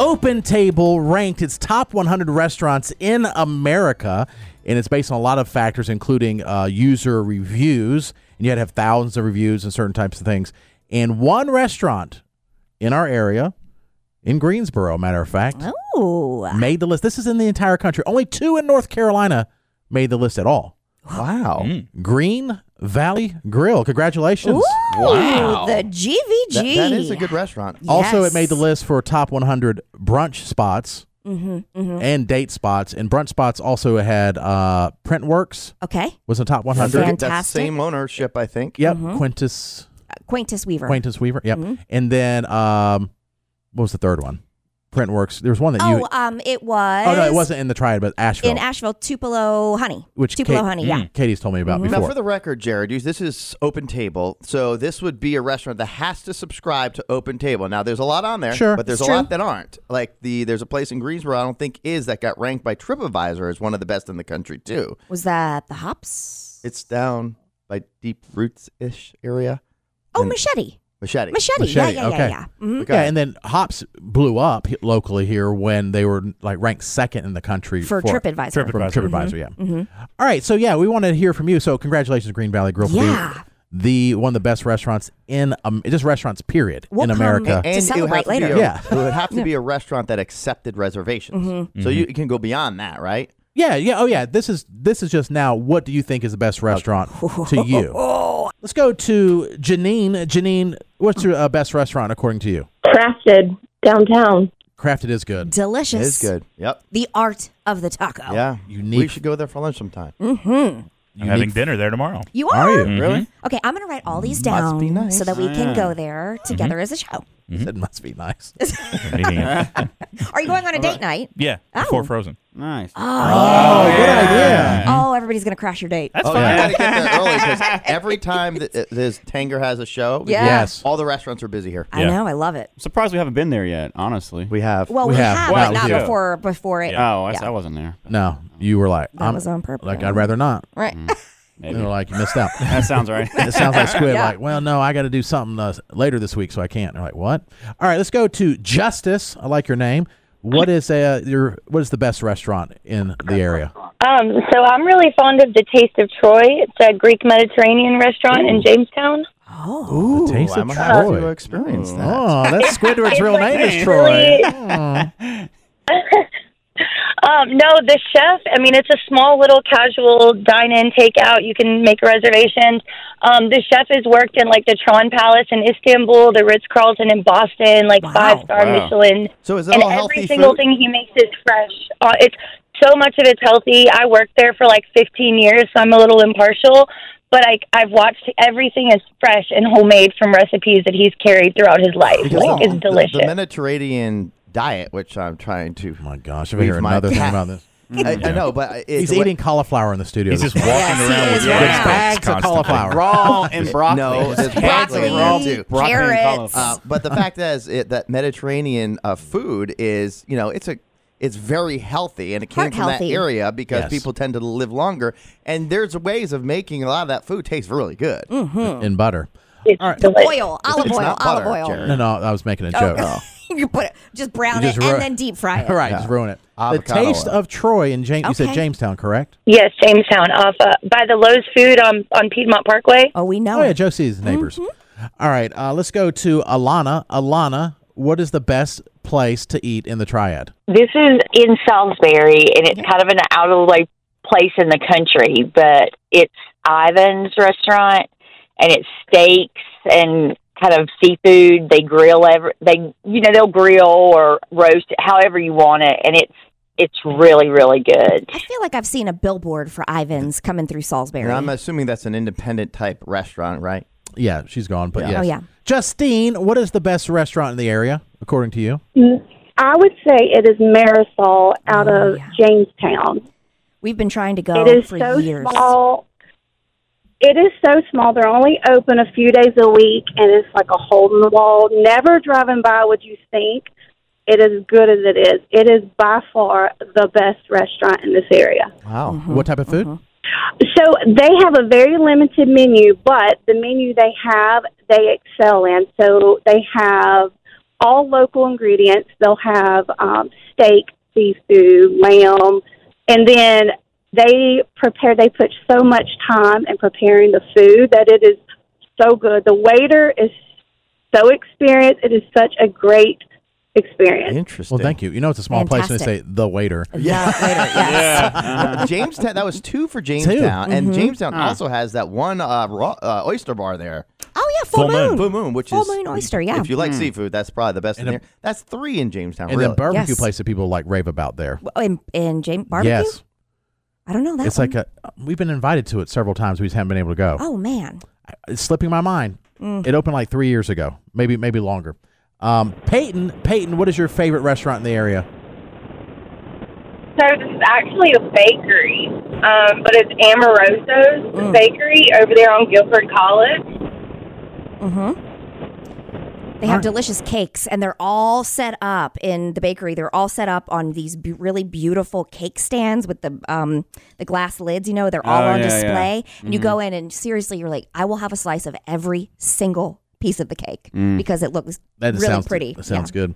Open Table ranked its top 100 restaurants in America, and it's based on a lot of factors, including uh, user reviews. And you had to have thousands of reviews and certain types of things. And one restaurant in our area, in Greensboro, matter of fact, Ooh. made the list. This is in the entire country. Only two in North Carolina made the list at all. Wow. Green Valley Grill. Congratulations. Wow. The GVG. That, that is a good restaurant. Also, it Yes. made the list for top 100 brunch spots Mm-hmm, and date spots. And brunch spots also had uh, Printworks Okay. was in top I 100. think it's that Fantastic. same ownership, I think. Yep, Mm-hmm. Quintus Quaintus Weaver. Quintus Weaver. Yep, Mm-hmm. and then um, what was the third one? Printworks. There was one that you. oh, um, it was. oh no, it wasn't in the triad, but Asheville, In Asheville, Tupelo Honey. which Mm. Tupelo Kate- Honey, yeah. Mm-hmm. Katie's told me about Now, before. for the record, Jared, you- this is Open Table, so this would be a restaurant that has to subscribe to Open Table. Now, there's a lot on there, Sure. but there's It's a true. lot that aren't. Like the there's a place in Greensboro I don't think is that got ranked by TripAdvisor as one of the best in the country too. Was that the hops? It's down by Deep Roots ish area, Oh, and- machete. Machete. Machete. Machete, Yeah, yeah, okay. yeah, yeah. Mhm. Okay. Yeah, and then Hops blew up he- locally here when they were like ranked second in the country For TripAdvisor. Mm-hmm. from TripAdvisor, yeah. All right, so yeah, we want to hear from you. So congratulations, Green Valley Grill, for being Yeah. the one of the best restaurants in um, just restaurants period We'll in come America. to celebrate it would have later. To be a, Yeah. it would have to be a restaurant that accepted reservations, Mm-hmm. so you can go beyond that, right? yeah, yeah, oh yeah. This is this is just now. What do you think is the best restaurant to you? Let's go to Janine. Janine, what's your uh, best restaurant according to you? crafted downtown. Crafted is good. Delicious. It is good. Yep. The art of the taco. yeah. Oh, We unique- should go there for lunch sometime. Mm-hmm. I'm having dinner there tomorrow. You Are are. you Really? Okay, I'm going to write all these Must down be nice. so that we can go there together as a show. That must be nice. Are you going on a date night? yeah, Oh. before Frozen. Nice. Oh, everybody's going to crash your date. That's Oh, fine. you gotta get there early because every time that uh, this Tanger has a show, Yeah. Yes. all the restaurants are busy here. I Yeah. know. I love it. I'm surprised we haven't been there yet, honestly. We have. Well, We we, have. have, Wow, but not we do. before before it. Oh, I, yeah. I wasn't there. No, you were like That I'm, was on purpose. like I'd rather Mm. not. Right. You know, Maybe. like you missed out. That sounds right. it sounds like Squid. Yeah. Like, well, no, I got to do something uh, later this week, so I can't. They're like, what? All right, let's go to Justice. I like your name. What is uh, your what is the best restaurant in the area? Um, so I'm really fond of the Taste of Troy. It's a Greek Mediterranean restaurant in Jamestown. Oh. Ooh, Ooh, Taste I of might have to Troy. experience that. Oh, that's Squidward's real name is It's Troy. really- Mm. Um, no, the chef. I mean, it's a small little casual dine-in, take-out. You can make reservations. Um, the chef has worked in like the Tron Palace in Istanbul, the Ritz Carlton in Boston, like Wow. five-star Wow. Michelin. So is it and all healthy every single food? thing he makes is fresh. Uh, it's so much of it's healthy. I worked there for like 15 years, so I'm a little impartial. But I, I've watched everything is fresh and homemade from recipes that he's carried throughout his life. Because Like, the, it's the- delicious. The, Mediterranean diet, which I'm trying to. Oh my gosh, if I hear Leave my another thing cat. about this, I, I know, but uh, I- it's he's what- eating cauliflower in the studio. He's just This- walking Yes, he around is. with Yeah. big Bags bags of constantly. cauliflower. Raw and broccoli. No, it's broccoli Broccoli, and raw too. Broccoli and carrots. Uh, but the fact is it, that Mediterranean uh, food is, you know, it's a it's very healthy and it came Heart from healthy. that area because Yes. people tend to live longer. And there's ways of making a lot of that food taste really good. Mm. in butter. it's all right. delicious. Oil, olive it's oil, not olive butter, oil. Jared. No, no, I was making a joke. Oh. you put it, just brown You just it ru- and then deep fry it. All right, just ruin it. Avocado the taste oil. of Troy in James. You said Okay. Jamestown, correct? Yes, Jamestown, off uh, by the Lowe's Food on on Piedmont Parkway. Oh, Mm-hmm. we know Oh yeah, it. Josie's neighbors. All right, uh, let's go to Alana. Alana, what is the best place to eat in the triad? This is in Salisbury, and it's kind of an out of the way place in the country, but it's Ivan's restaurant, and it's steaks and kind of seafood. They grill every they you know they'll grill or roast it however you want it, and it's it's really really good. I feel like I've seen a billboard for Ivan's coming through Salisbury. And I'm assuming that's an independent type restaurant, right? Yeah, she's gone, but yes. Oh, yeah. Justine, what is the best restaurant in the area according to you? I would say it is Marisol out Oh, of yeah. Jamestown. We've been trying to go it is for so years. small. It is so small. They're only open a few days a week, and it's like a hole in the wall. Never driving by would you think it is good as it is. It is by far the best restaurant in this area. Wow. Mm-hmm. What type of food? So they have a very limited menu, but the menu they have, they excel in. So they have all local ingredients. They'll have um, steak, seafood, lamb, and then they prepare. They put so much time in preparing the food that it is so good. The waiter is so experienced. It is such a great experience. Interesting. Well, thank you. You know, it's a small place, and they Fantastic. say the waiter. Yeah. Later, yes. Uh, Jamestown. That was two for Jamestown, Mm-hmm. and Jamestown Ah. also has that one uh, raw, uh, oyster bar there, Oh yeah, full, Full moon. moon. Blue Moon, which Full is Moon Oyster, yeah. If you like seafood, that's probably the best in Hmm. And a- there. That's three in Jamestown. And really. then barbecue Yes. place that people like rave about there. Oh, And and James barbecue. Yes. I don't know that. It's one. like a, we've been invited to it several times. We just haven't been able to go. oh Mm. man, It's slipping my mind. It opened like three years ago, maybe maybe longer. Um, Peyton, Peyton, what is your favorite restaurant in the area? So this is actually a bakery, um, but it's Amoroso's Mm. bakery over there on Guilford College. Mm-hmm. They have delicious cakes, and they're all set up in the bakery. They're all set up on these be- really beautiful cake stands with the um, the glass lids. You know, they're all Oh, on yeah, yeah. display. And you Mm-hmm. go in, and seriously, you're like, I will have a slice of every single piece of the cake because it looks That really sounds pretty. Mm. That sounds Yeah. good.